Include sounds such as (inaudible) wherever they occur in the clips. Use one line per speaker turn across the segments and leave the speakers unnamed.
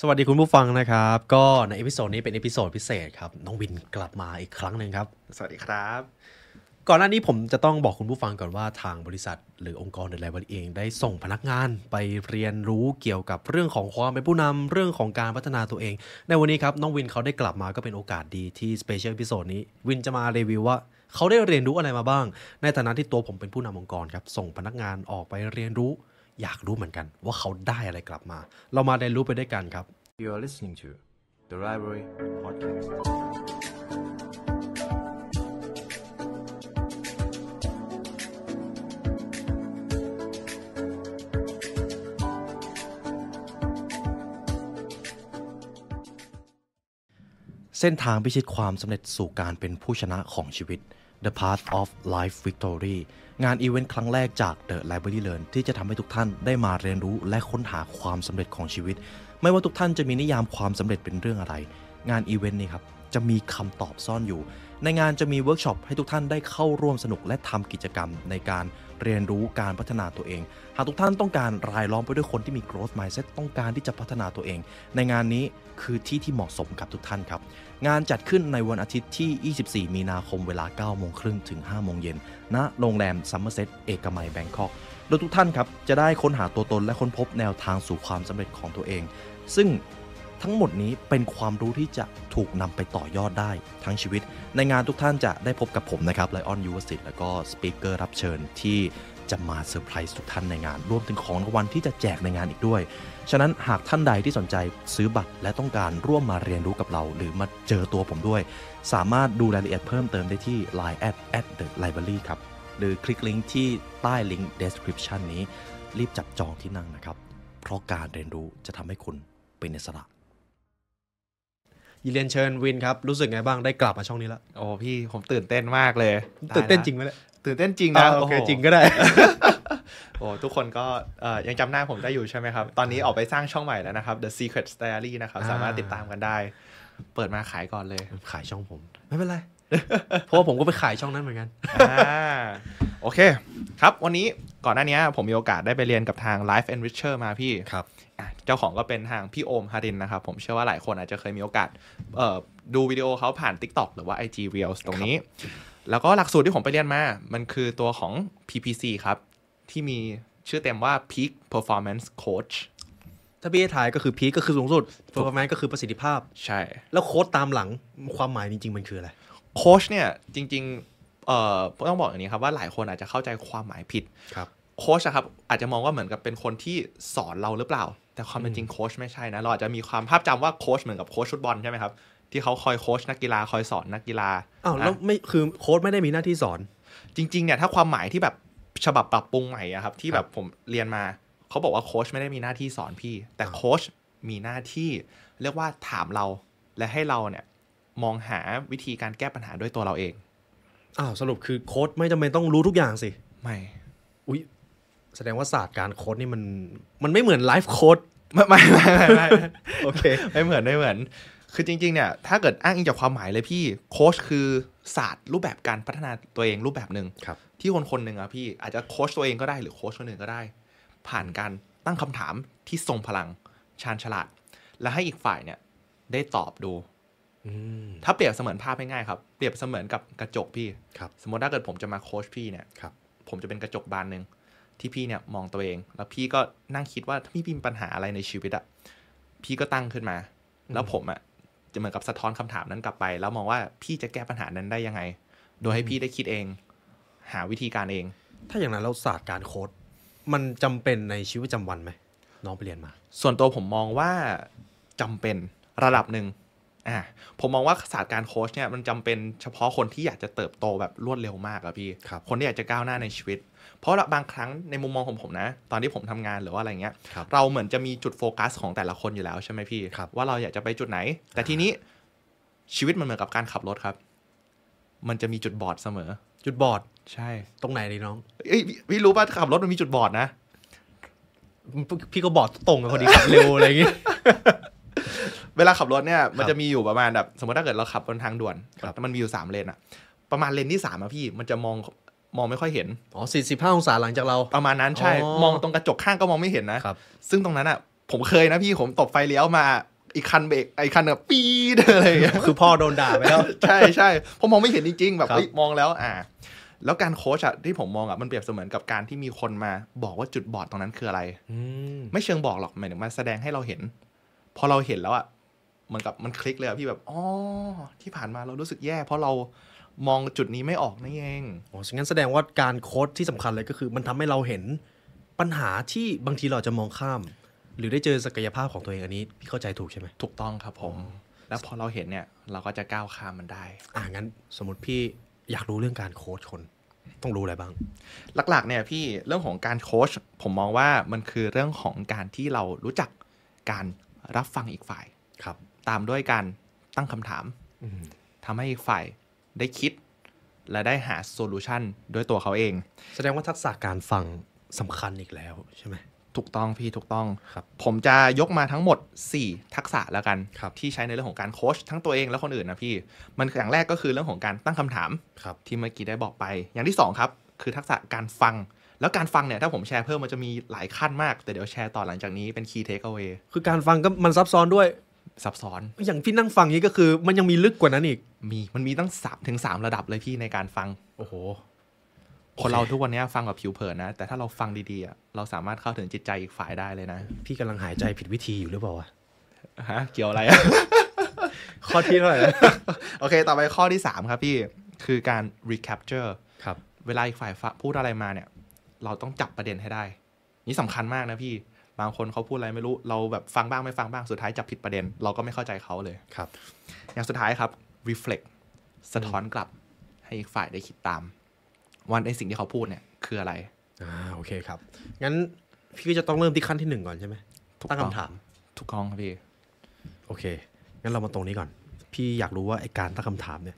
สวัสดีคุณผู้ฟังนะครับ ก็ในเอพิโซดนี้เป็นเอพิโซดพิเศษครับ น้องวินกลับมาอีกครั้งหนึ่งครับ
สวัสดีครับ
ก่อนหน้านี้ผมจะต้องบอกคุณผู้ฟังก่อนว่าทางบริษัท หรือองค์กรหรืออะไรบริเอง ได้ส่งพนักงานไปเรียนรู้เกี่ยวกับเรื่องของความเป็นผู้นำเรื่องของการพัฒนาตัวเอง ในวันนี้ครับน้องวินเขาได้กลับมาก็เป็นโอกาสดีที่สเปเชียลพิโซดนี้วินจะมารีวิวว่าเขาได้เรียนรู้อะไรมาบ้าง ในฐานะที่ตัวผมเป็นผู้นำองค์กรครับส่งพนักงานออกไปเรียนรู้ อยากรู้เหมือนกัน ว่าเขาได้อะไรกลับมา เรามาเรียนรู้ไปด้วยกันครับ
You are listening to the Library Podcast
เส้นทางพิชิตความสำเร็จสู่การเป็นผู้ชนะของชีวิต The Path of Life Victory งานอีเวนต์ครั้งแรกจาก The Library Learn ที่จะทำให้ทุกท่านได้มาเรียนรู้และค้นหาความสำเร็จของชีวิต ไม่ว่าทุกท่านจะมีนิยามความสำเร็จเป็นเรื่องอะไร งานอีเวนต์นี้ครับ จะมีคำตอบซ่อนอยู่ ในงานจะมีเวิร์กช็อปให้ทุกท่านได้เข้าร่วมสนุกและทำกิจกรรมในการเรียนรู้การพัฒนาตัวเอง หากทุกท่านต้องการรายล้อมไปด้วยคนที่มี growth mindset ต้องการที่จะพัฒนาตัวเอง ในงานนี้คือที่ที่เหมาะสมกับทุกท่านครับ งานจัดขึ้นในวันอาทิตย์ที่ 24 มีนาคมเวลา 9 โมงครึ่งถึง 5 โมงเย็น ณ โรงแรมซัมเมอร์เซตเอกมัยแบงคอก โดยทุกท่านครับ จะได้ค้นหาตัวตนและค้นพบแนวทางสู่ความสำเร็จของตัวเอง ซึ่งทั้งหมดนี้เป็นความรู้ที่จะถูกนำไปต่อยอดได้ทั้งชีวิต ในงานทุกท่านจะได้พบกับผมนะครับไลออนยูวสิตแล้วก็สปีกเกอร์รับเชิญที่จะมาเซอร์ไพรส์ทุกท่านในงาน รวมถึงของรางวัลที่จะแจกในงานอีกด้วย ฉะนั้นหากท่านใดที่สนใจซื้อบัตรและต้องการร่วมมาเรียนรู้กับเรา หรือมาเจอตัวผมด้วย สามารถดูรายละเอียดเพิ่มเติมได้ที่ line at at the library ครับ หรือคลิกลิงก์ที่ใต้ลิงก์ description นี้ รีบจับจองที่นั่งนะครับ เพราะการเรียนรู้จะทำให้คุณเป็นอิสระยินเรียนเชิญวินครับ รู้สึกไงบ้างได้กลับมาช่องนี้แล้ว
โอ้พี่ผมตื่นเต้นมากเลย
ตื่นเต้นจริ
าย
งไหมเนี่ย
ละตื่นเต้นจริงนะ
โอเค
ห
จริงก็ได้
โอ้ทุกคนก็เอ่อยังจำหน้าผมได้อยู่ใช่ไหมครับ ตอนนี้ออกไปสร้างช่องใหม่แล้วนะครับ The Secret Diary นะครับ
อ่า
สามารถติดตามกันได้ เปิดมาขายก่อนเลย
(laughs) ขายช่องผม ไม่เป็นไร (laughs) เพราะว่าผมก็ไปขายช่องนั้นเหมือนกัน
อ่าโอเค ครับวันนี้ก่อนหน้านี้ผมมีโอกาสได้ไปเรียนกับทาง Life Enricher มาพี่
ครับ
อ่ะเจ้าของก็เป็นทางพี่โอมฮารินนะครับ ผมเชื่อว่าหลายคนอาจจะเคยมีโอกาสเอ่อดูวิดีโอเขาผ่าน TikTok หรือว่า IG Reels ตรงนี้ แล้วก็หลักสูตรที่ผมไปเรียนมา มันคือตัวของ PPC ครับ ที่มีชื่อเต็มว่า Peak Performance Coach
ถ้าพี่ให้ถ่ายก็คือพีคก็คือสูงสุด performance ก็คือประสิทธิภาพ
ใช่
แล้วโค้ดตามหลังความหมายจริงๆมันคืออะไร
โค้ชเนี่ย จริงๆเอ่อต้องบอกอย่างนี้ครับว่าหลายคนอาจจะเข้าใจความหมายผิด
ครับ
โค้ชอะครับอาจจะมองว่าเหมือนกับเป็นคนที่สอนเราหรือเปล่า แต่ความเป็นจริงโค้ชไม่ใช่นะ เราอาจจะมีความภาพจำว่าโค้ชเหมือนกับโค้ชฟุตบอลใช่ไหมครับ ที่เขาคอยโค้ชนักกีฬาคอยสอนนักกีฬา
อ้าว แล้ว
นะ
ไม่คือโค้ดไม่ได้มีหน้าที่สอน
จริงๆเนี่ยถ้าความหมายที่แบบฉบับปรับปรุงใหม่อะครับ ที่แบบผมเรียนมาเขาบอกว่าโค้ชไม่ได้มีหน้าที่สอนพี่ แต่
อ่า
โค้ชมีหน้าที่เรียกว่าถามเราและให้เราเนี่ยมองหาวิธีการแก้ปัญหาด้วยตัวเราเอง
อ้าวสรุปคือโค้ดไม่จำเป็นต้องรู้ทุกอย่างสิ
ไม่
อุ้ยแสดงว่าศาสตร์การโค้ดนี่มันมันไม่เหมือนไลฟ์โค้ด
ไม่ (laughs) ไม่ไม่ไม่ไม่
(laughs) โอเค
(laughs) ไม่เหมือนไม่เหมือน คือจริงๆ เนี่ย ถ้าเกิดอ้างอิงจากความหมายเลยพี่โค้ชคือศาสตร์รูปแบบการพัฒนาตัวเองรูปแบบหนึ่ง
ครับ
ที่คนคนหนึ่งอะพี่อาจจะโค้ชตัวเองก็ได้หรือโค้ชคนอื่นก็ได้ ผ่านการตั้งคำถามที่ทรงพลังชาญฉลาด และให้อีกฝ่ายเนี่ยได้ตอบดู
อืม
ถ้าเปรียบเสมือนภาพง่ายๆครับเปรียบเสมือนกับกระจกพี่
ครับ
สมมติถ้าเกิดผมจะมาโค้ชพี่เนี่ย
ครับ
ผมจะเป็นกระจกบานหนึ่งที่พี่เนี่ยมองตัวเอง แล้วพี่ก็นั่งคิดว่าถ้าพี่มีปัญหาอะไรในชีวิตอะพี่ก็ตั้งขึ้นมา แล้วผมอะจะเหมือนกับสะท้อนคำถามนั้นกลับไป แล้วมองว่าพี่จะแก้ปัญหานั้นได้ยังไง โดยให้พี่ได้คิดเอง หาวิธีการเอง
ถ้าอย่างนั้นแล้วศาสตร์การโค้ดมันจำเป็นในชีวิตประจำวันไหมน้องไปเรียนมา
ส่วนตัวผมมองว่าจำเป็นระดับหนึ่งอ่ะผมมองว่าศาสตร์การโค้ชเนี่ยมันจำเป็นเฉพาะคนที่อยากจะเติบโตแบบรวดเร็วมากอะพี่
ครับ
คนที่อยากจะก้าวหน้าในชีวิต เพราะบางครั้งในมุมมองของผมนะ ตอนที่ผมทำงานหรือว่าอะไรเงี้ย
ครับ
เราเหมือนจะมีจุดโฟกัสของแต่ละคนอยู่แล้วใช่ไหมพี่
ครับ
ว่าเราอยากจะไปจุดไหน แต่ทีนี้ชีวิตมันเหมือนกับการขับรถครับ มันจะมีจุดบอดเสมอ
จุดบอด
ใช่
ตรงไหนดีน้อง
เอ้ยพี่พี่รู้ป่ะขับรถมันมีจุดบอดนะ
พี่ก็บอดตรงอะพอดี
(laughs)
ขับเร็วอะไรอย่างงี้
เวลาขับรถเนี่ยมั
ค
น
รับ
จะมีอยู่ประมาณแบบสมมติถ้าเกิดเราขับบนทางด่วน
ครับ
มันมีอยู่สามเลนอะประมาณเลนที่สามอะพี่มันจะมองมองไม่ค่อยเห็น
อ๋อ45องศาหลังจากเรา
ประมาณนั้นใช่
อ๋อ
มองตรงกระจกข้างก็มองไม่เห็นนะ
ครับ
ซึ่งตรงนั้นอะ ผมเคยนะพี่ผมตบไฟเลี้ยวมา อีกคันเบรกไอีกคันแบบปีดอะไรอย่างเงี้ย
(laughs) คือพ่อโดนด่าไปแล้ว (laughs)
(laughs) ใช่ใช่ผมมองไม่เห็นจริงๆ แบบ
ครับ
เอ้ยมองแล้วอ่า แล้วการโค้ชอะที่ผมมองอะมันเปรียบเสมือนกับการที่มีคนมาบอกว่าจุดบอดตรงนั้นคืออะไร
อืม
ไม่เชิงบอกหรอกหมายถึงมาแสดงให้เราเห็น พอเราเห็นแล้วอะเหมือนกับมันคลิกเลยอะพี่แบบอ๋อที่ผ่านมาเรารู้สึกแย่ เพราะเรามองจุดนี้ไม่ออกนั่นเอง
อ๋อฉะนั้นแสดงว่าการโค้ดที่สำคัญเลยก็คือ มันทำให้เราเห็นปัญหาที่บางทีเราอาจจะมองข้าม หรือได้เจอศักยภาพของตัวเองอันนี้ พี่เข้าใจถูกใช่ไหม
ถูกต้องครับผม แล้วพอเราเห็นเนี่ย เราก็จะก้าวข้ามมันได้
อ่างั้นสมมติพี่อยากรู้เรื่องการโค้ดคน ต้องรู้อะไรบ้าง
หลักๆเนี่ยพี่เรื่องของการโค้ชผมมองว่ามันคือเรื่องของการที่เรารู้จักการรับฟังอีกฝ่าย
ครับ
ตามด้วยการตั้งคำถาม
อืม
ทำให้อีกฝ่ายได้คิด และได้หาโซลูชันด้วยตัวเขาเอง
แสดงว่าทักษะการฟังสำคัญอีกแล้วใช่ไหม
ถูกต้องพี่ถูกต้อง
ครับ
ผมจะยกมาทั้งหมด 4 ทักษะแล้วกัน
ครับ
ที่ใช้ในเรื่องของการโค้ชทั้งตัวเองและคนอื่นนะพี่ มันอย่างแรกก็คือเรื่องของการตั้งคำถาม
ครับ
ที่เมื่อกี้ได้บอกไป อย่างที่ 2 ครับ คือทักษะการฟัง แล้วการฟังเนี่ย ถ้าผมแชร์เพิ่มมันจะมีหลายขั้นมาก แต่เดี๋ยวแชร์ต่อหลังจากนี้เป็น key takeaway
คือการฟังก็มันซับซ้อนด้วย
ซับซ้อน
อย่างพี่นั่งฟังนี้ก็คือ มันยังมีลึกกว่านั้นอีก
มีมันมีตั้ง3ถึง3ระดับเลยพี่ในการฟัง
โอ้โห
คนเราทุกวันเนี้ยฟังแบบผิวเผินนะ แต่ถ้าเราฟังดีๆอะเราสามารถเข้าถึงจิตใจอีกฝ่ายได้เลยนะ
พี่กำลังหายใจผิดวิธีอยู่หรือเปล่าวะ
ฮะเกี่ยวอะไรอะ
ข้อที่เท่าไหร่นะ
โอเค ต่อไปข้อที่ 3 ครับพี่ คือการ recapture
ครับ
เวลาอีกฝ่ายฟะพูดอะไรมาเนี่ย เราต้องจับประเด็นให้ได้ นี่สำคัญมากนะพี่ บางคนเขาพูดอะไรไม่รู้ เราแบบฟังบ้างไม่ฟังบ้าง สุดท้ายจับผิดประเด็น เราก็ไม่เข้าใจเขาเลย
ครับ
อย่างสุดท้ายครับ reflect สะท้อนกลับให้อีกฝ่ายได้คิดตาม วันไอสิ่งที่เขาพูดเนี่ยคืออะไร
อ่าโอเคครับ งั้นพี่ก็จะต้องเริ่มที่ขั้นที่หนึ่งก่อนใช่ไหม
ถูกต้
ตั้
อง
งคำถาม
ถูกต้องครับพี่
โอเค งั้นเรามาตรงนี้ก่อน พี่อยากรู้ว่าไอการตั้งคำถามเนี่ย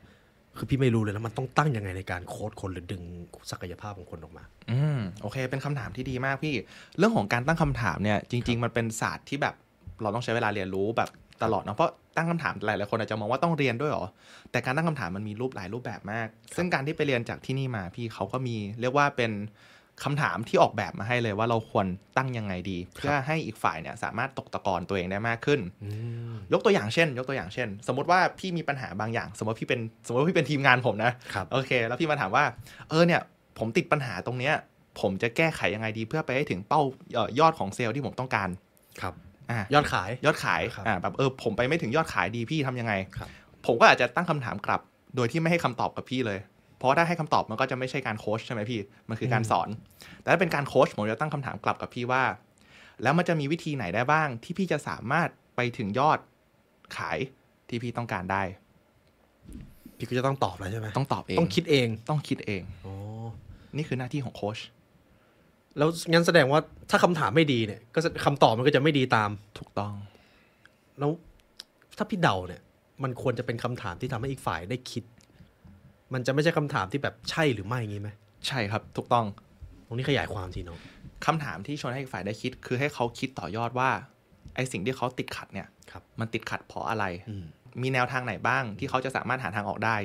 คือพี่ไม่รู้เลยแล้วมันต้องตั้งยังไงในการโค้ดคนหรือดึงศักยภาพของคนออกมา
อืมโอเค เป็นคำถามที่ดีมากพี่ เรื่องของการตั้งคำถามเนี่ย จริง ๆ มันเป็นศาสตร์ที่แบบเราต้องใช้เวลาเรียนรู้แบบตลอดเนาะเพราะตั้งคำถามหลายๆคนอาจจะมองว่าต้องเรียนด้วยเหรอแต่การตั้งคำถามมันมีรูปหลายรูปแบบมาก ซึ่งการที่ไปเรียนจากที่นี่มาพี่เขาก็มีเรียกว่าเป็นคำถามที่ออกแบบมาให้เลยว่าเราควรตั้งยังไงดี เพื่อให้อีกฝ่ายเนี่ยสามารถตกตะกอนตัวเองได้มากขึ้น ยกตัวอย่างเช่น ยกตัวอย่างเช่น สมมติว่าพี่มีปัญหาบางอย่าง สมมติว่าพี่เป็นสมมติว่าพี่เป็นทีมงานผมนะ
ครับ
โอเค แล้วพี่มาถามว่า เออเนี่ย ผมติดปัญหาตรงเนี้ย ผมจะแก้ไขยังไงดีเพื่อไปให้ถึงเป้าเอ่อยอดของเซลล์ที่ผมต้องการ
ครับ
อ่ะ
ยอดขาย
ยอดขาย
ครับ
อ่ะแบบเออ ผมไปไม่ถึงยอดขายดีพี่ทำยังไง
ครับ
ผมก็อาจจะตั้งคำถามกลับ โดยที่ไม่ให้คำตอบกับพี่เลย เพราะถ้าให้คำตอบมันก็จะไม่ใช่การโค้ชใช่ไหมพี่ มันคือการสอน แต่ถ้าเป็นการโค้ชผมจะตั้งคำถามกลับกับพี่ว่า แล้วมันจะมีวิธีไหนได้บ้าง ที่พี่จะสามารถไปถึงยอดขายที่พี่ต้องการได้
พี่ก็จะต้องตอบแล้วใช่ไหม
ต้องตอบเอง
ต้องคิดเอง
ต้องคิดเอง
อ๋อ
นี่คือหน้าที่ของโค้ช
แล้วงั้นแสดงว่าถ้าคำถามไม่ดีเนี่ย ก็จะคำตอบมันก็จะไม่ดีตาม
ถูกต้อง
แล้วถ้าพี่เดาเนี่ย มันควรจะเป็นคำถามที่ทำให้อีกฝ่ายได้คิด มันจะไม่ใช่คำถามที่แบบใช่หรือไม่อย่างงี้ไหม
ใช่ครับ ถูกต้อง
ตรงนี้ขยายความทีน้อง
คำถามที่ชวนให้อีกฝ่ายได้คิด คือให้เขาคิดต่อยอดว่า ไอสิ่งที่เขาติดขัดเนี่ย
ครับ
มันติดขัดเพราะอะไร
อืม
มีแนวทางไหนบ้างที่เขาจะสามารถหาทางออกได้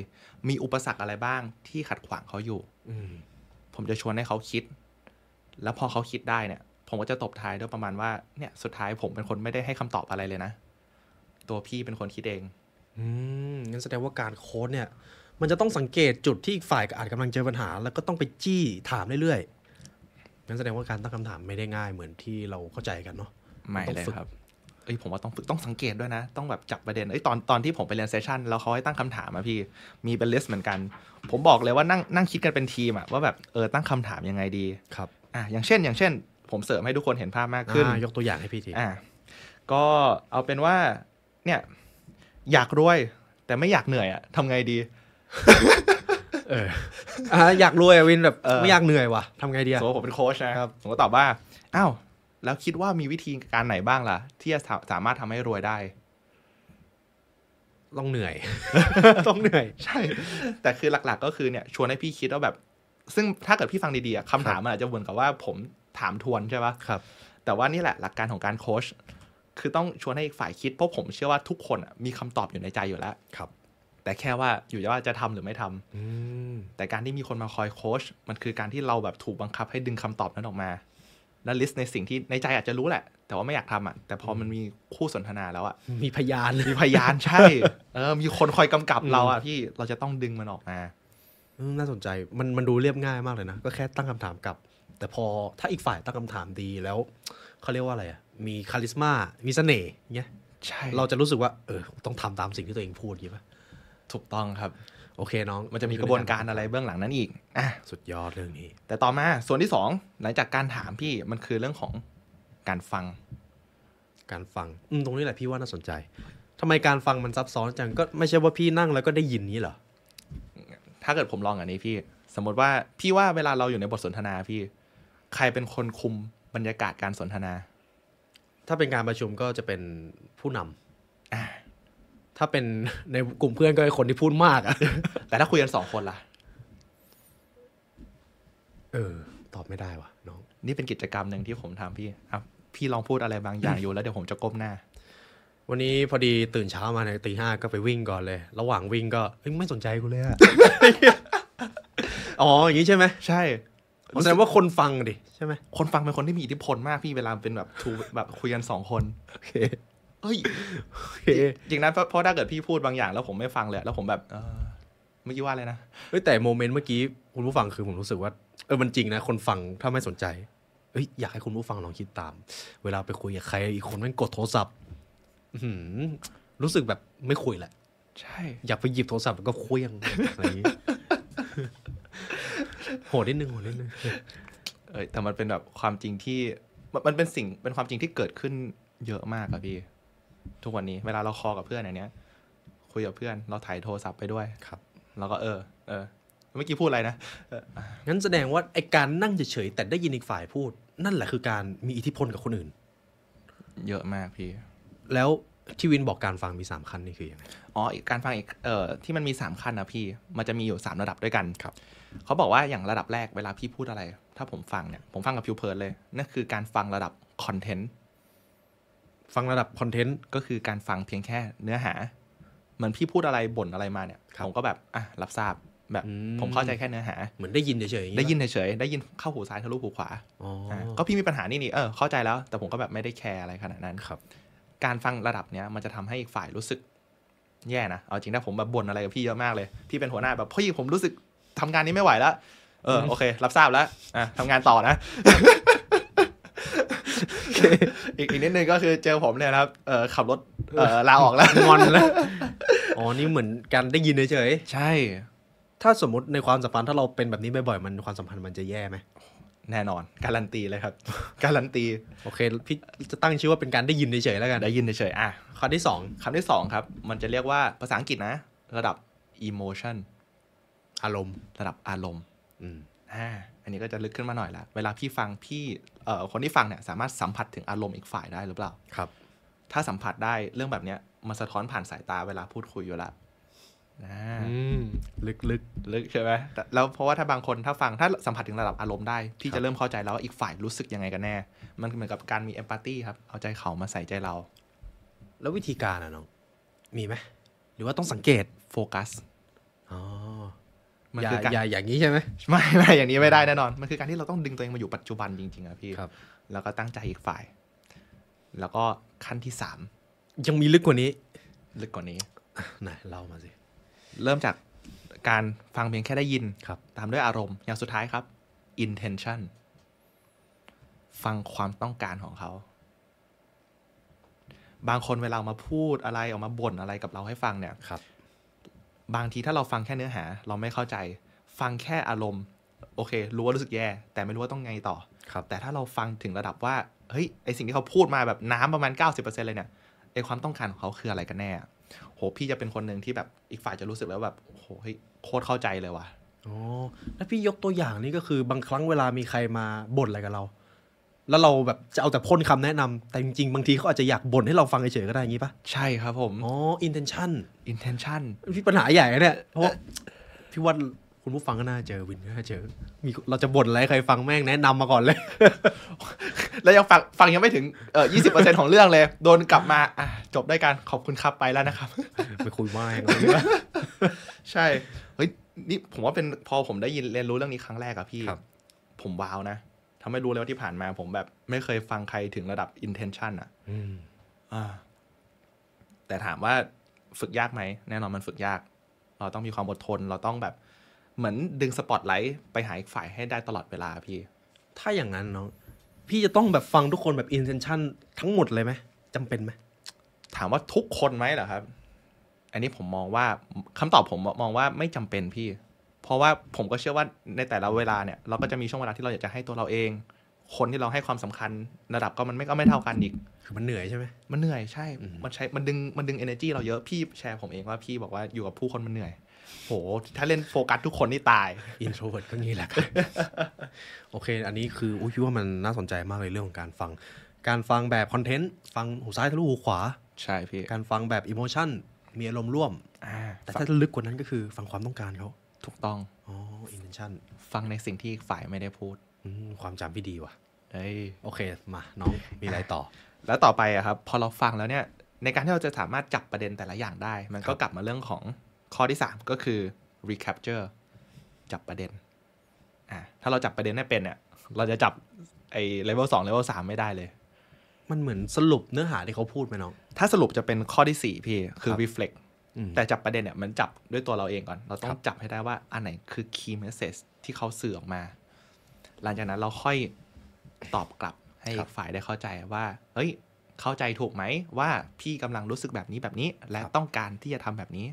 มีอุปสรรคอะไรบ้างที่ขัดขวางเขาอยู่
อืม
ผมจะชวนให้เขาคิด แล้วพอเขาคิดได้เนี่ย ผมก็จะตบท้ายด้วยประมาณว่า เนี่ย สุดท้ายผมเป็นคนไม่ได้ให้คำตอบอะไรเลยนะ ตัวพี่เป็นคนคิดเอง
อืมงั้นแสดงว่าการโค้ดเนี่ย มันจะต้องสังเกตจุดที่อีกฝ่ายอาจกำลังเจอปัญหา แล้วก็ต้องไปจี้ถามเรื่อยๆงั้นแสดงว่าการตั้งคำถามไม่ได้ง่ายเหมือนที่เราเข้าใจกันเนาะ
ไม่
ต้อง
เลย
ฝึก
ครับ เอ้ยผมว่าต้องฝึกต้องสังเกตด้วยนะ ต้องแบบจับประเด็น เอ้ยตอนตอนที่ผมไปเรียนเซสชันแล้วเขาให้ตั้งคำถามอะพี่ มีเป็นลิสต์เหมือนกัน ผมบอกเลยว่านั่งนั่งคิดกันเป็นทีมอะว่าแบบเออตั้งคำถามยังไงดี
ครับ
อ่ะอย่างเช่น อย่างเช่น ผมเสริมให้ทุกคนเห็นภาพมากขึ้น
ยกตัวอย่างให้พี่ที
อ่ะก็เอาเป็นว่า เนี่ย อยากรวย แต่ไม่อยากเหนื่อยอะทำไงดี
เอออ่ะอยากรวยอะวินแบบ
เออ
ไม่อยากเหนื่อยว่ะทำไงดี
ส
อะ
มมติผมเป็นโค้ชนะครับผมก็ตอบว่าอ้าวแล้วคิดว่ามีวิธีการไหนบ้างล่ะ ที่จะสาสามารถทำให้รวยได้
ต้องเหนื่อย (laughs) ต้องเหนื่อย
ใช่ แต่คือหลักๆก็คือเนี่ยชวนให้พี่คิดว่าแบบ ซึ่งถ้าเกิดพี่ฟังดีๆอะคำถามมันอาจจะเหมือนกับว่าผมถามทวนใช่ปะ
ครับ
แต่ว่านี่แหละหลักการของการโค้ชคือต้องชวนให้อีกฝ่ายคิดเพราะผมเชื่อว่าทุกคนอะมีคำตอบอยู่ในใจอยู่แล้ว
ครับ
แต่แค่ว่าอยู่ที่ว่าจะทำหรือไม่ทำ
อืม
แต่การที่มีคนมาคอยโค้ชมันคือการที่เราแบบถูกบังคับให้ดึงคำตอบนั้นออกมา และลิสต์ในสิ่งที่ในใจอาจจะรู้แหละ แต่ว่าไม่อยากทำอ่ะ แต่พอมันมีคู่สนทนาแล้วอ่ะ (laughs)
มีพยาน
มีพยานใช่ เออ มีคนคอยกำกับเราอ่ะพี่ เราจะต้องดึงมันออกมา
อืมน่าสนใจมันมันดูเรียบง่ายมากเลยนะ ก็แค่ตั้งคำถามกลับ แต่พอถ้าอีกฝ่ายตั้งคำถามดีแล้ว เขาเรียกว่าอะไรอะมีคาลิสมา มีเสน่ห์เงี้ย
ใช่
เราจะรู้สึกว่า เออ ต้องทำตามสิ่งที่ตัวเองพูดอย่างงี้ป่ะ
ถูกต้องครับ
โอเคน้อง
มันจะมีกระบวนการอะไรเบื้องหลังนั้นอีกอ่ะ
สุดยอดเรื่องนี้
แต่ต่อมาส่วนที่สองหลังจากการถามพี่มันคือเรื่องของการฟัง
การฟังอืมตรงนี้แหละพี่ว่าน่าสนใจทำไมการฟังมันซับซ้อนจังก็ไม่ใช่ว่าพี่นั่งแล้วก็ได้ยินนี้เหรอ
ถ้าเกิดผมลองอันนี้พี่ สมมติว่าพี่ว่าเวลาเราอยู่ในบทสนทนาพี่ ใครเป็นคนคุมบรรยากาศการสนทนา
ถ้าเป็นการประชุมก็จะเป็นผู้นำ
อ่า
ถ้าเป็น ในกลุ่มเพื่อนก็ไอคนที่พูดมากอะ
แต่ถ้าคุยกันสองคนล่ะ
เออ ตอบไม่ได้ว่ะน้อง
นี่เป็นกิจกรรมหนึ่งที่ผมทำพี่อ่ะพี่ลองพูดอะไรบางอย่างอยู่แล้วเดี๋ยวผมจะก้มหน้า
วันนี้พอดีตื่นเช้ามาในยตีห้าก็ไปวิ่งก่อนเลย ระหว่างวิ่งก็เอ้ยไม่สนใจกูเลย (laughs) อะ อ๋อ อย่างนี้ใช่ไหม
ใช่
แสดงว่าคนฟังดิ ใช่ไหม
คนฟังเป็นคนที่มีอิทธิพลมากพี่เวลาเป็นแบบทูแบบคุยกันสองคน
โอเค
เอ้ย
โอเค
จริงๆนะเพราะเพราะถ้าเกิดพี่พูดบางอย่างแล้วผมไม่ฟังเลยแล้วผมแบบเออเมื่อกี้ว่าอะไรนะ
เฮ้ยแต่โมเมนต์เมื่อกี้คุณผู้ฟังคือผมรู้สึกว่าเออมันจริงนะคนฟังถ้าไม่สนใจเอ้ยอยากให้คุณผู้ฟังลองคิดตาม เวลาไปคุยกับใครอีกคนแม่งกดโทรศัพท์อื้อหือรู้สึกแบบไม่คุยแหละ
ใช่
อยากไปหยิบโทรศัพท์แล้วก็เคลี้ยงอะไรอย่างนี้ (laughs) โหดนิดนึงโหดนิดนึง
เอ้ยแต่มันเป็นแบบความจริงที่มันมันเป็นสิ่งเป็นความจริงที่เกิดขึ้นเยอะมากอะพี่ ทุกวันนี้เวลาเราคอลกับเพื่อนอย่างเนี้ย คุยกับเพื่อนเราถ่ายโทรศัพท์ไปด้วย
ครับ
แล้วก็เออ เออเมื่อกี้พูดอะไรนะ
งั้นแสดงว่าไอการนั่งเฉยๆแต่ได้ยินอีกฝ่ายพูด นั่นแหละคือการมีอิทธิพลกับคนอื่น
เยอะมากพี่
แล้วที่วินบอกการฟังมี 3 ขั้นนี่คือยังไง
อ๋ออีกการฟังอีกเอ่อที่มันมี 3 ขั้นนะพี่ มันจะมีอยู่ 3 ระดับด้วยกัน
ครับ
เขาบอกว่าอย่างระดับแรกเวลาพี่พูดอะไร ถ้าผมฟังเนี่ย ผมฟังกับพิวเพลินเลยนั่นคือการฟังระดับคอนเทนต์
ฟังระดับคอนเทนต์
ก็คือการฟังเพียงแค่เนื้อหาเหมือนพี่พูดอะไรบ่นอะไรมาเนี่ย
ครับ
ผมก็แบบอ่ะรับทราบแบบ
อืม
ผมเข้าใจแค่เนื้อหา
เหมือนได้ยินเฉยๆอางงี้
ได้ยิน
ปะ
เฉยๆได้ยินเข้าหูซ้ายทะลุหูขวา
อ๋ออ
ะก็พี่มีปัญหานี่นี่เออเข้าใจแล้ว แต่ผมก็แบบไม่ได้แคร์อะไรขนาดนั้น
ครับ
การฟังระดับเนี้ยมันจะทำให้อีกฝ่ายรู้สึก แย่นะเอาจริงนะผมแบบบ่นอะไรกับพี่เยอะมากเลยพี่เป็นหัวหน้าแบบพี่ผมรู้สึกทำงานนี้ไม่ไหวแล้วเออโอเค รับทราบแล้วอ่ะทำงานต่อนะ อีกอีกนิดนึงก็คือเจอผมเนี่ยนะครับเออขับรถเออลาออกแล้ว
งอนแล้วอ๋อนี่เหมือนการได้ยินเฉย
ใช่
ๆถ้าสมมติในความสัมพันธ์ถ้าเราเป็นแบบนี้บ่อยๆมันความสัมพันธ์มันจะแย่ไหม
แน่นอน การันตีเลยครับ การันตี
โอเคพี่จะตั้งชื่อว่าเป็นการได้ยินเฉยๆแล้วกัน
ได้ยินเฉยๆอ่ะ
ข้อที่สอง
คำที่สองครับ มันจะเรียกว่าภาษาอังกฤษนะ ระดับ emotion
อารมณ์
ระดับอารมณ์
อืม
อ่าอันนี้ก็จะลึกขึ้นมาหน่อยละ เวลาพี่ฟังพี่เอ่อคนที่ฟังเนี่ยสามารถสัมผัสถึงอารมณ์อีกฝ่ายได้หรือเปล่า
ครับ
ถ้าสัมผัสได้เรื่องแบบเนี้ยมันสะท้อนผ่านสายตาเวลาพูดคุยอยู่ละอ่า
อืมลึก
ลึกใช่ไหมแต่แล้วเพราะว่าถ้าบางคนถ้าฟังถ้าสัมผัสถึงระดับอารมณ์ได้
ค
พี่
รับ
จะเริ่มเข้าใจแล้วว่าอีกฝ่ายรู้สึกยังไงกันแน่ มันเหมือนกับการมีเอมพัตตีครับ เอาใจเขามาใส่ใจเรา
ๆ แล้ววิธีการอะน้องมีไหมหรือว่าต้องสังเกต
โฟกัส
อ๋อ
มัน
อย่า
คือการ
อย่าอย่างนี้ใช่ไหม
ไม่ (laughs) ไม่อย่างนี้ไม่ได้แน่นอน มันคือการที่เราต้องดึงตัวเองมาอยู่ปัจจุบันจริงๆอะพี่
ครับ
แล้วก็ตั้งใจอีกฝ่าย แล้วก็ขั้นที่สาม
ยังมีลึกกว่านี้
ลึกกว่านี้
ไหนเล่ามาสิ
เริ่มจากการฟังเพียงแค่ได้ยิน
ครับ
ตามด้วยอารมณ์ อย่างสุดท้ายครับ intention ฟังความต้องการของเขา บางคนเวลามาพูดอะไรออกมาบ่นอะไรกับเราให้ฟังเนี่ย
ครับ
บางทีถ้าเราฟังแค่เนื้อหา เราไม่เข้าใจ ฟังแค่อารมณ์ โอเค รู้ว่ารู้สึกแย่ แต่ไม่รู้ว่าต้องไงต่อ
ครับ
แต่ถ้าเราฟังถึงระดับว่า เฮ้ย ไอสิ่งที่เขาพูดมาแบบน้ำประมาณ 90%เลยเนี่ย ไอความต้องการของเขาคืออะไรกันแน่ โห พี่จะเป็นคนหนึ่งที่แบบอีกฝ่ายจะรู้สึกแล้วแบบ โหเฮ้ยโคตรเข้าใจเลยว่ะ
อ๋อ แล้วพี่ยกตัวอย่างนี่ก็คือบางครั้งเวลามีใครมาบ่นอะไรกับเรา แล้วเราแบบจะเอาแต่พ่นคำแนะนำ แต่จริงๆ บางทีเขาอาจจะอยากบ่นให้เราฟังเฉยๆก็ได้อย่างนี้ปะ
ใช่ครับผม
อ๋อ intention
intention
พี่ปัญหาใหญ่นะเนี่ย เพราะว่าพี่ว่าคุณผู้ฟังก็น่าเจอวินก็น่าเจอ มีเราจะบ่นอะไรให้ใครฟังแม่งแนะนำมาก่อนเลย
แล้วยังฟังฟังยังไม่ถึงเออ20%ของเรื่องเลย โดนกลับมาอ่ะจบด้วยการขอบคุณครับไปแล้วนะครับ
(laughs) ไปคุยไม่
ใช่ เฮ้ย นี่ผมว่าเป็นพอผมได้ยินเรียนรู้เรื่องนี้ครั้งแรกอะพี่ ผมว้าวนะ ทำให้รู้เลยว่าที่ผ่านมาผมแบบไม่เคยฟังใครถึงระดับ intention อะ
อืม
อ่าแต่ถามว่าฝึกยากไหม แน่นอนมันฝึกยาก เราต้องมีความอดทน เราต้องแบบ เหมือนดึงสปอตไลท์ไปหาอีกฝ่ายให้ได้ตลอดเวลาพี่
(laughs) ถ้าอย่างนั้นเนาะพี่จะต้องแบบฟังทุกคนแบบ intention ทั้งหมดเลยไหมจำเป็นไหม
ถามว่าทุกคนไหมเหรอครับ อันนี้ผมมองว่าคำตอบผมมองว่าไม่จำเป็นพี่ เพราะว่าผมก็เชื่อว่าในแต่ละเวลาเนี่ย เราก็จะมีช่วงเวลาที่เราอยากจะให้ตัวเราเอง คนที่เราให้ความสำคัญระดับก็มันไม่ก็ไม่เท่ากันอีก
คือมันเหนื่อยใช่ไหม
มันเหนื่อยใช่
อืม
มันใช้ มันดึง มันดึง energy เราเยอะ พี่แชร์ผมเองว่าพี่บอกว่าอยู่กับผู้คนมันเหนื่อย โห ถ้าเล่นโฟกัสทุกคนนี่ตาย
อินโทรเวิร์ดก็งี้แหละครับ (laughs) โอเค อันนี้คืออุ้ยพี่ว่ามันน่าสนใจมากเลยเรื่องของการฟัง การฟังแบบคอนเทนต์ ฟังหูซ้ายทะลุหูขวา
ใช่พี่
การฟังแบบอิโมชันมีอารมณ์ร่วม
อ่า
แต่ถ้าลึกกว่านั้นก็คือฟังความต้องการเขา
ถูกต้อง
อ๋ออินเทนชั่น
ฟังในสิ่งที่ฝ่ายไม่ได้พูด
ความจำพี่ดีว่ะ
เอ้ย
โอเค มาน้องมีอะไรต่อ
แล้วต่อไปอะครับ พอเราฟังแล้วเนี่ย ในการที่เราจะสามารถจับประเด็นแต่ละอย่างได้ มันก็กลับมาเรื่องของข้อที่ 3 ก็คือ recapture จับประเด็นอ่ะถ้าเราจับประเด็นได้เป็นเนี่ย เราจะจับไอ้ level 2 level 3 ไม่ได้เลย
มันเหมือนสรุปเนื้อหาที่เขาพูดไหมน้อง
ถ้าสรุปจะเป็นข้อที่ 4 พี่ คื
ค
อ
รับ
reflect
อืม
แต่จับประเด็นเนี่ยมันจับด้วยตัวเราเองก่อน เราต้อ
ครั
ง
บ
จับให้ได้ว่าอันไหนคือ key message ที่เขาสื่อออกมา หลังจากนั้นเราค่อยตอบกลับให้อีกฝ่ายได้เข้าใจว่า เฮ้ย เข้าใจถูกไหมว่าพี่กำลังรู้สึกแบบนี้แบบนี้ และต้องการที่จะทำแบบนี้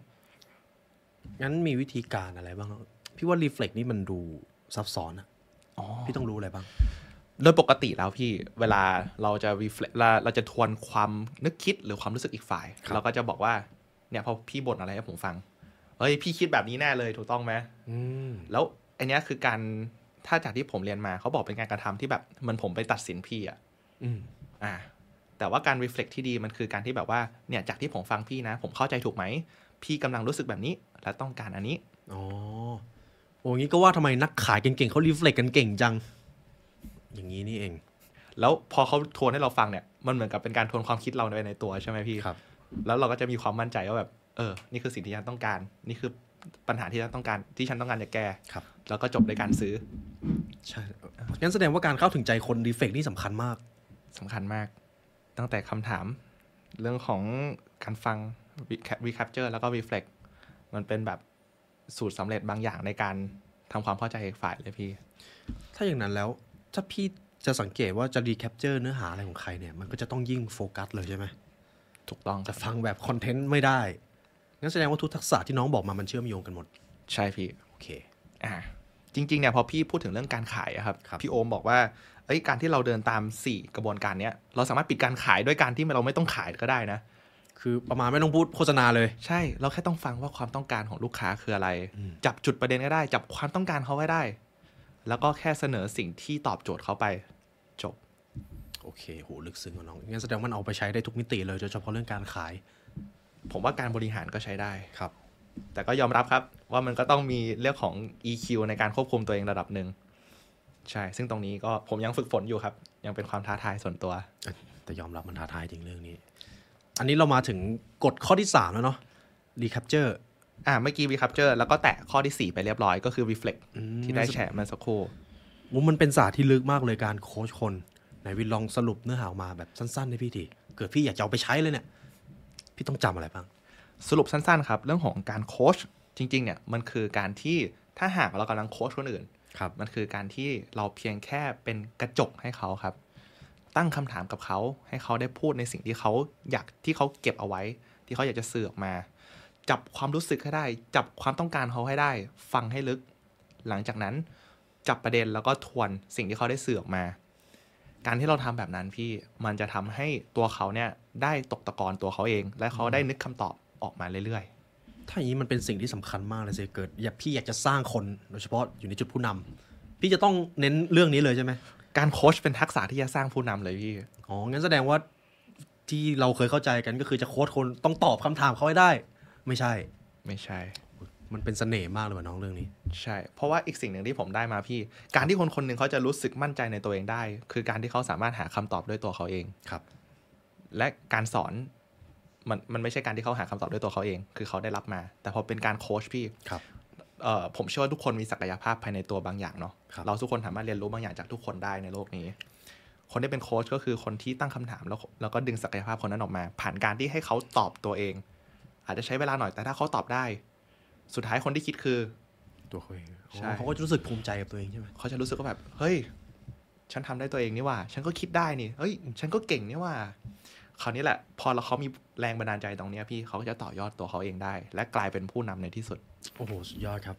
งั้นมีวิธีการอะไรบ้างน้องพี่ว่ารีเฟล็กนี่มันดูซับซ้อนอะ
อ๋อ
พี่ต้องรู้อะไรบ้าง
โดยปกติแล้วพี่เวลาเราจะ reflect เราเราจะทวนความนึกคิดหรือความรู้สึกอีกฝ่าย
ครับ
เราก็จะบอกว่าเนี่ยพอพี่บ่นอะไรให้ผมฟังเฮ้ยพี่คิดแบบนี้แน่เลยถูกต้องไหม
อืม
แล้วอันเนี้ยคือการถ้าจากที่ผมเรียนมาเขาบอกเป็นการกระทำที่แบบเหมันผมไปตัดสินพี่อะ
อืม
อ่า แต่ว่าการ reflect ที่ดีมันคือการที่แบบว่าเนี่ยจากที่ผมฟังพี่นะ ผมเข้าใจถูกไหม พี่กำลังรู้สึกแบบนี้ และต้องการอันนี้
อ๋อ โอ้งี้ก็ว่าทำไมนักขายเก่งๆเขารีเฟล็กกันเก่งจัง อย่างนี้นี่เอง
แล้วพอเขาทวนให้เราฟังเนี่ยมันเหมือนกับเป็นการทวนความคิดเราไปในตัวใช่ไหมพี่
ครับ
แล้วเราก็จะมีความมั่นใจว่าแบบเออ นี่คือสิ่งที่ฉันต้องการ นี่คือปัญหาที่ฉันต้องการที่ฉันต้องการจะแก้
ครับ
แล้วก็จบด้วยการซื้อ
ใช่งั้นแสดงว่าการเข้าถึงใจคนรีเฟล็กนี่สำคัญมาก
สำคัญมาก ตั้งแต่คำถาม เรื่องของการฟัง recap- recapture แล้วก็ reflect มันเป็นแบบสูตรสำเร็จบางอย่างในการทำความเข้าใจอีกฝ่ายเลยพี่
ถ้าอย่างนั้นแล้ว ถ้าพี่จะสังเกตว่าจะรีแคปเจอร์เนื้อหาอะไรของใครเนี่ย มันก็จะต้องยิ่งโฟกัสเลยใช่ไหม
ถูกต้องค
จะ
รับ
ฟังแบบคอนเทนต์ไม่ได้ งั้นแสดงว่าทุกทักษะที่น้องบอกมามันเชื่อมโยงกันหมด
ใช่พี่
โอเค
อ่าจริงๆเนี่ยพอพี่พูดถึงเรื่องการขายอะครับ
ครับ
พี่โอมบอกว่าเอ้ยการที่เราเดินตาม 4 กระบวนการเนี้ยเราสามารถปิดการขายด้วยการที่เราไม่ต้องขายก็ได้นะ
คือประมาณไม่ต้องพูดโฆษณาเลย
ใช่ เราแค่ต้องฟังว่าความต้องการของลูกค้าคืออะไร
อืม
จับจุดประเด็นก็ได้ จับความต้องการเขาไว้ได้ แล้วก็แค่เสนอสิ่งที่ตอบโจทย์เขาไปจบ
โอเค โห ลึกซึ้งกว่าน้อง งั้นแสดงว่ามันเอาไปใช้ได้ทุกมิติเลยโดยเฉพาะเรื่องการขาย
ผมว่าการบริหารก็ใช้ได้
ครับ
แต่ก็ยอมรับครับ ว่ามันก็ต้องมีเรื่องของ EQ ในการควบคุมตัวเองระดับหนึ่ง ใช่ ซึ่งตรงนี้ก็ผมยังฝึกฝนอยู่ครับ ยังเป็นความท้าทายส่วนตัว
แต่ยอมรับมันท้าทายจริงเรื่องนี้ อันนี้เรามาถึงกฎข้อที่ 3 แล้วเนาะ รีแคปเจอร์
อ่าเมื่อกี้ recapture แล้วก็แตะข้อทีสี่ 4 ไปเรียบร้อยก็คือ reflect ที่ได้แชร์มาสักครู่
มันเป็นศาสตร์ที่ลึกมากเลยการโค้ชคนไหนวินลองสรุปเนื้อหาออกมาแบบสั้นๆให้พี่ทีเกิดพี่อยากจะเอาไปใช้เลยเนี่ย พี่ต้องจำอะไรบ้าง
สรุปสั้นๆครับ เรื่องของการโค้ชจริง ๆ เนี่ย มันคือการที่ถ้าหากเรากำลังโค้ชคนอื่น
ครับ
มันคือการที่เราเพียงแค่เป็นกระจกให้เขาครับ ตั้งคำถามกับเขาให้เขาได้พูดในสิ่งที่เขาอยากที่เขาเก็บเอาไว้ ที่เขาอยากจะสื่อออกมา จับความรู้สึกให้ได้ จับความต้องการเขาให้ได้ ฟังให้ลึก หลังจากนั้นจับประเด็นแล้วก็ทวนสิ่งที่เขาได้สื่อออกมา การที่เราทำแบบนั้นพี่มันจะทำให้ตัวเขาเนี่ยได้ตกตะกอนตัวเขาเอง และเขาได้นึกคำตอบออกมาเรื่อย
ถ้าอย่างนี้มันเป็นสิ่งที่สำคัญมากเลยสิเกิด อยากพี่อยากจะสร้างคนโดยเฉพาะอยู่ในจุดผู้นำพี่จะต้องเน้นเรื่องนี้เลยใช่ไหม
ๆ การโค้ชเป็นทักษะที่จะสร้างผู้นำเลยพี่
อ๋อ งั้นแสดงว่าที่เราเคยเข้าใจกันก็คือจะโค้ชคนต้องตอบคำถามเขาให้ได้ ไม่ใช่
ไม่ใช่
มันเป็นเสน่ห์มากเลยว่ะน้องเรื่องนี้
ใช่ เพราะว่าอีกสิ่งหนึ่งที่ผมได้มาพี่ การที่คนคนหนึ่งเขาจะรู้สึกมั่นใจในตัวเองได้ คือการที่เขาสามารถหาคำตอบด้วยตัวเขาเอง
ครับ
และการสอนมันมันไม่ใช่การที่เขาหาคำตอบด้วยตัวเขาเอง คือเขาได้รับมา แต่พอเป็นการโค้ชพี่
ครับ
เอ่อผมเชื่อว่าทุกคนมีศักยภาพภายในตัวบางอย่างเนาะ
ครับ
เราทุกคนสามารถเรียนรู้บางอย่างจากทุกคนได้ในโลกนี้ คนที่เป็นโค้ชก็คือคนที่ตั้งคำถามแล้วแล้วก็ดึงศักยภาพคนนั้นออกมา ผ่านการที่ให้เขาตอบตัวเอง อาจจะใช้เวลาหน่อยแต่ถ้าเขาตอบได้ สุดท้ายคนที่คิดคือ
ตัวเขาเอง
ใช่
อ๋อเขาก็จะรู้สึกภูมิใจกับตัวเองใช่ไหม
เขาจะรู้สึกว่าแบบ เฮ้ย ฉันทำได้ตัวเองนี่ว่า ฉันก็คิดได้นี่ เฮ้ย ฉันก็เก่งนี่ว่า คราวนี้แหละ พอเราเขามีแรงบันดาลใจตรงเนี้ยพี่เขาก็จะต่อยอดตัวเขาเองได้ และกลายเป็นผู้นำในที่สุด
โอ้โหสุดยอดครับ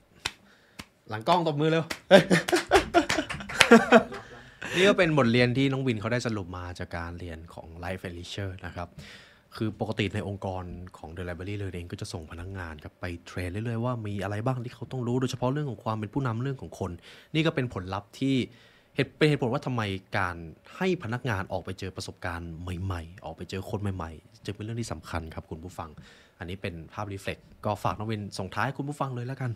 หลังกล้องตบมือเร็ว นี่ก็เป็นบทเรียนที่น้องวินเขาได้สรุปมาจากการเรียนของ Life and Leisure นะครับ คือปกติในองค์กรของ The Library เลยเองก็จะส่งพนักงงานครับไปเทรนเรื่อยๆว่ามีอะไรบ้างที่เขาต้องรู้โดยเฉพาะเรื่องของความเป็นผู้นำเรื่องของคน นี่ก็เป็นผลลัพธ์ที่เหตุเป็นเหตุผลว่าทำไมการให้พนักงานออกไปเจอประสบการณ์ใหม่ๆ ออกไปเจอคนใหม่ๆ จึงเป็นเรื่องที่สำคัญครับคุณผู้ฟัง อันนี้เป็นภาพรีเฟล็กก็ฝากน้องวินส่งท้ายคุณผู้ฟังเลยแล้วกัน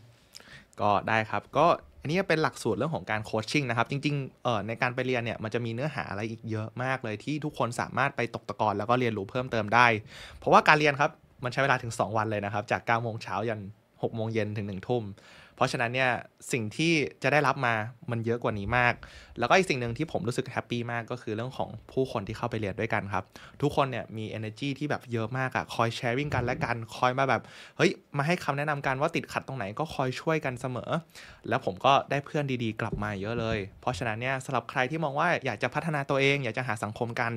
ก็ได้ครับ ก็อันนี้เป็นหลักสูตรเรื่องของการโคชชิ่งนะครับ จริงๆเอ่อในการไปเรียนเนี่ยมันจะมีเนื้อหาอะไรอีกเยอะมากเลยที่ทุกคนสามารถไปตกตะกอนแล้วก็เรียนรู้เพิ่มเติมได้ เพราะว่าการเรียนครับมันใช้เวลาถึง 2 วันเลยนะครับ จาก9โมงเช้ายัน6โมงเย็นถึง1ทุ่ม เพราะฉะนั้นเนี่ยสิ่งที่จะได้รับมามันเยอะกว่านี้มาก แล้วก็อีกสิ่งหนึ่งที่ผมรู้สึกแฮปปี้มากก็คือเรื่องของผู้คนที่เข้าไปเรียนด้วยกันครับ ทุกคนเนี่ยมี energy ที่แบบเยอะมากอะคอยแชร์วิ่งกันและกันคอยมาแบบ เฮ้ย มาให้คำแนะนำกันว่าติดขัดตรงไหนก็คอยช่วยกันเสมอ แล้วผมก็ได้เพื่อนดีๆ กลับมาเยอะเลย เพราะฉะนั้นเนี่ยสำหรับใครที่มองว่าอยากจะพัฒนาตัวเอง อยากจะหาสังคมกัน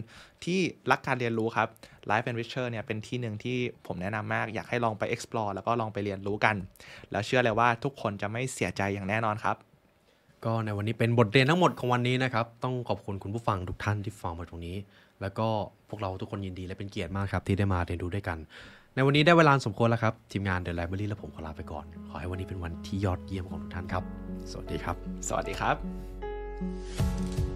ที่รักการเรียนรู้ครับ Life and Richer เนี่ยเป็นที่หนึ่งที่ผมแนะนำมาก อยากให้ลองไป explore แล้วก็ลองไปเรียนรู้กัน แล้วเชื่อเลยว่าทุกคนจะไม่เสียใจอย่างแน่นอนครับ
ก็ในวันนี้เป็นบทเรียนทั้งหมดของวันนี้นะครับ ต้องขอบคุณคุณผู้ฟังทุกท่านที่ฟังมาตรงนี้ แล้วก็พวกเราทุกคนยินดีและเป็นเกียรติมากครับ ที่ได้มาเรียนรู้ด้วยกัน ในวันนี้ได้เวลาสมควรแล้วครับ ทีมงาน The Library และผมขอลาไปก่อน ขอให้วันนี้เป็นวันที่ยอดเยี่ยมของทุกท่านครับ สวัสดีครับ
สวัสดีครับ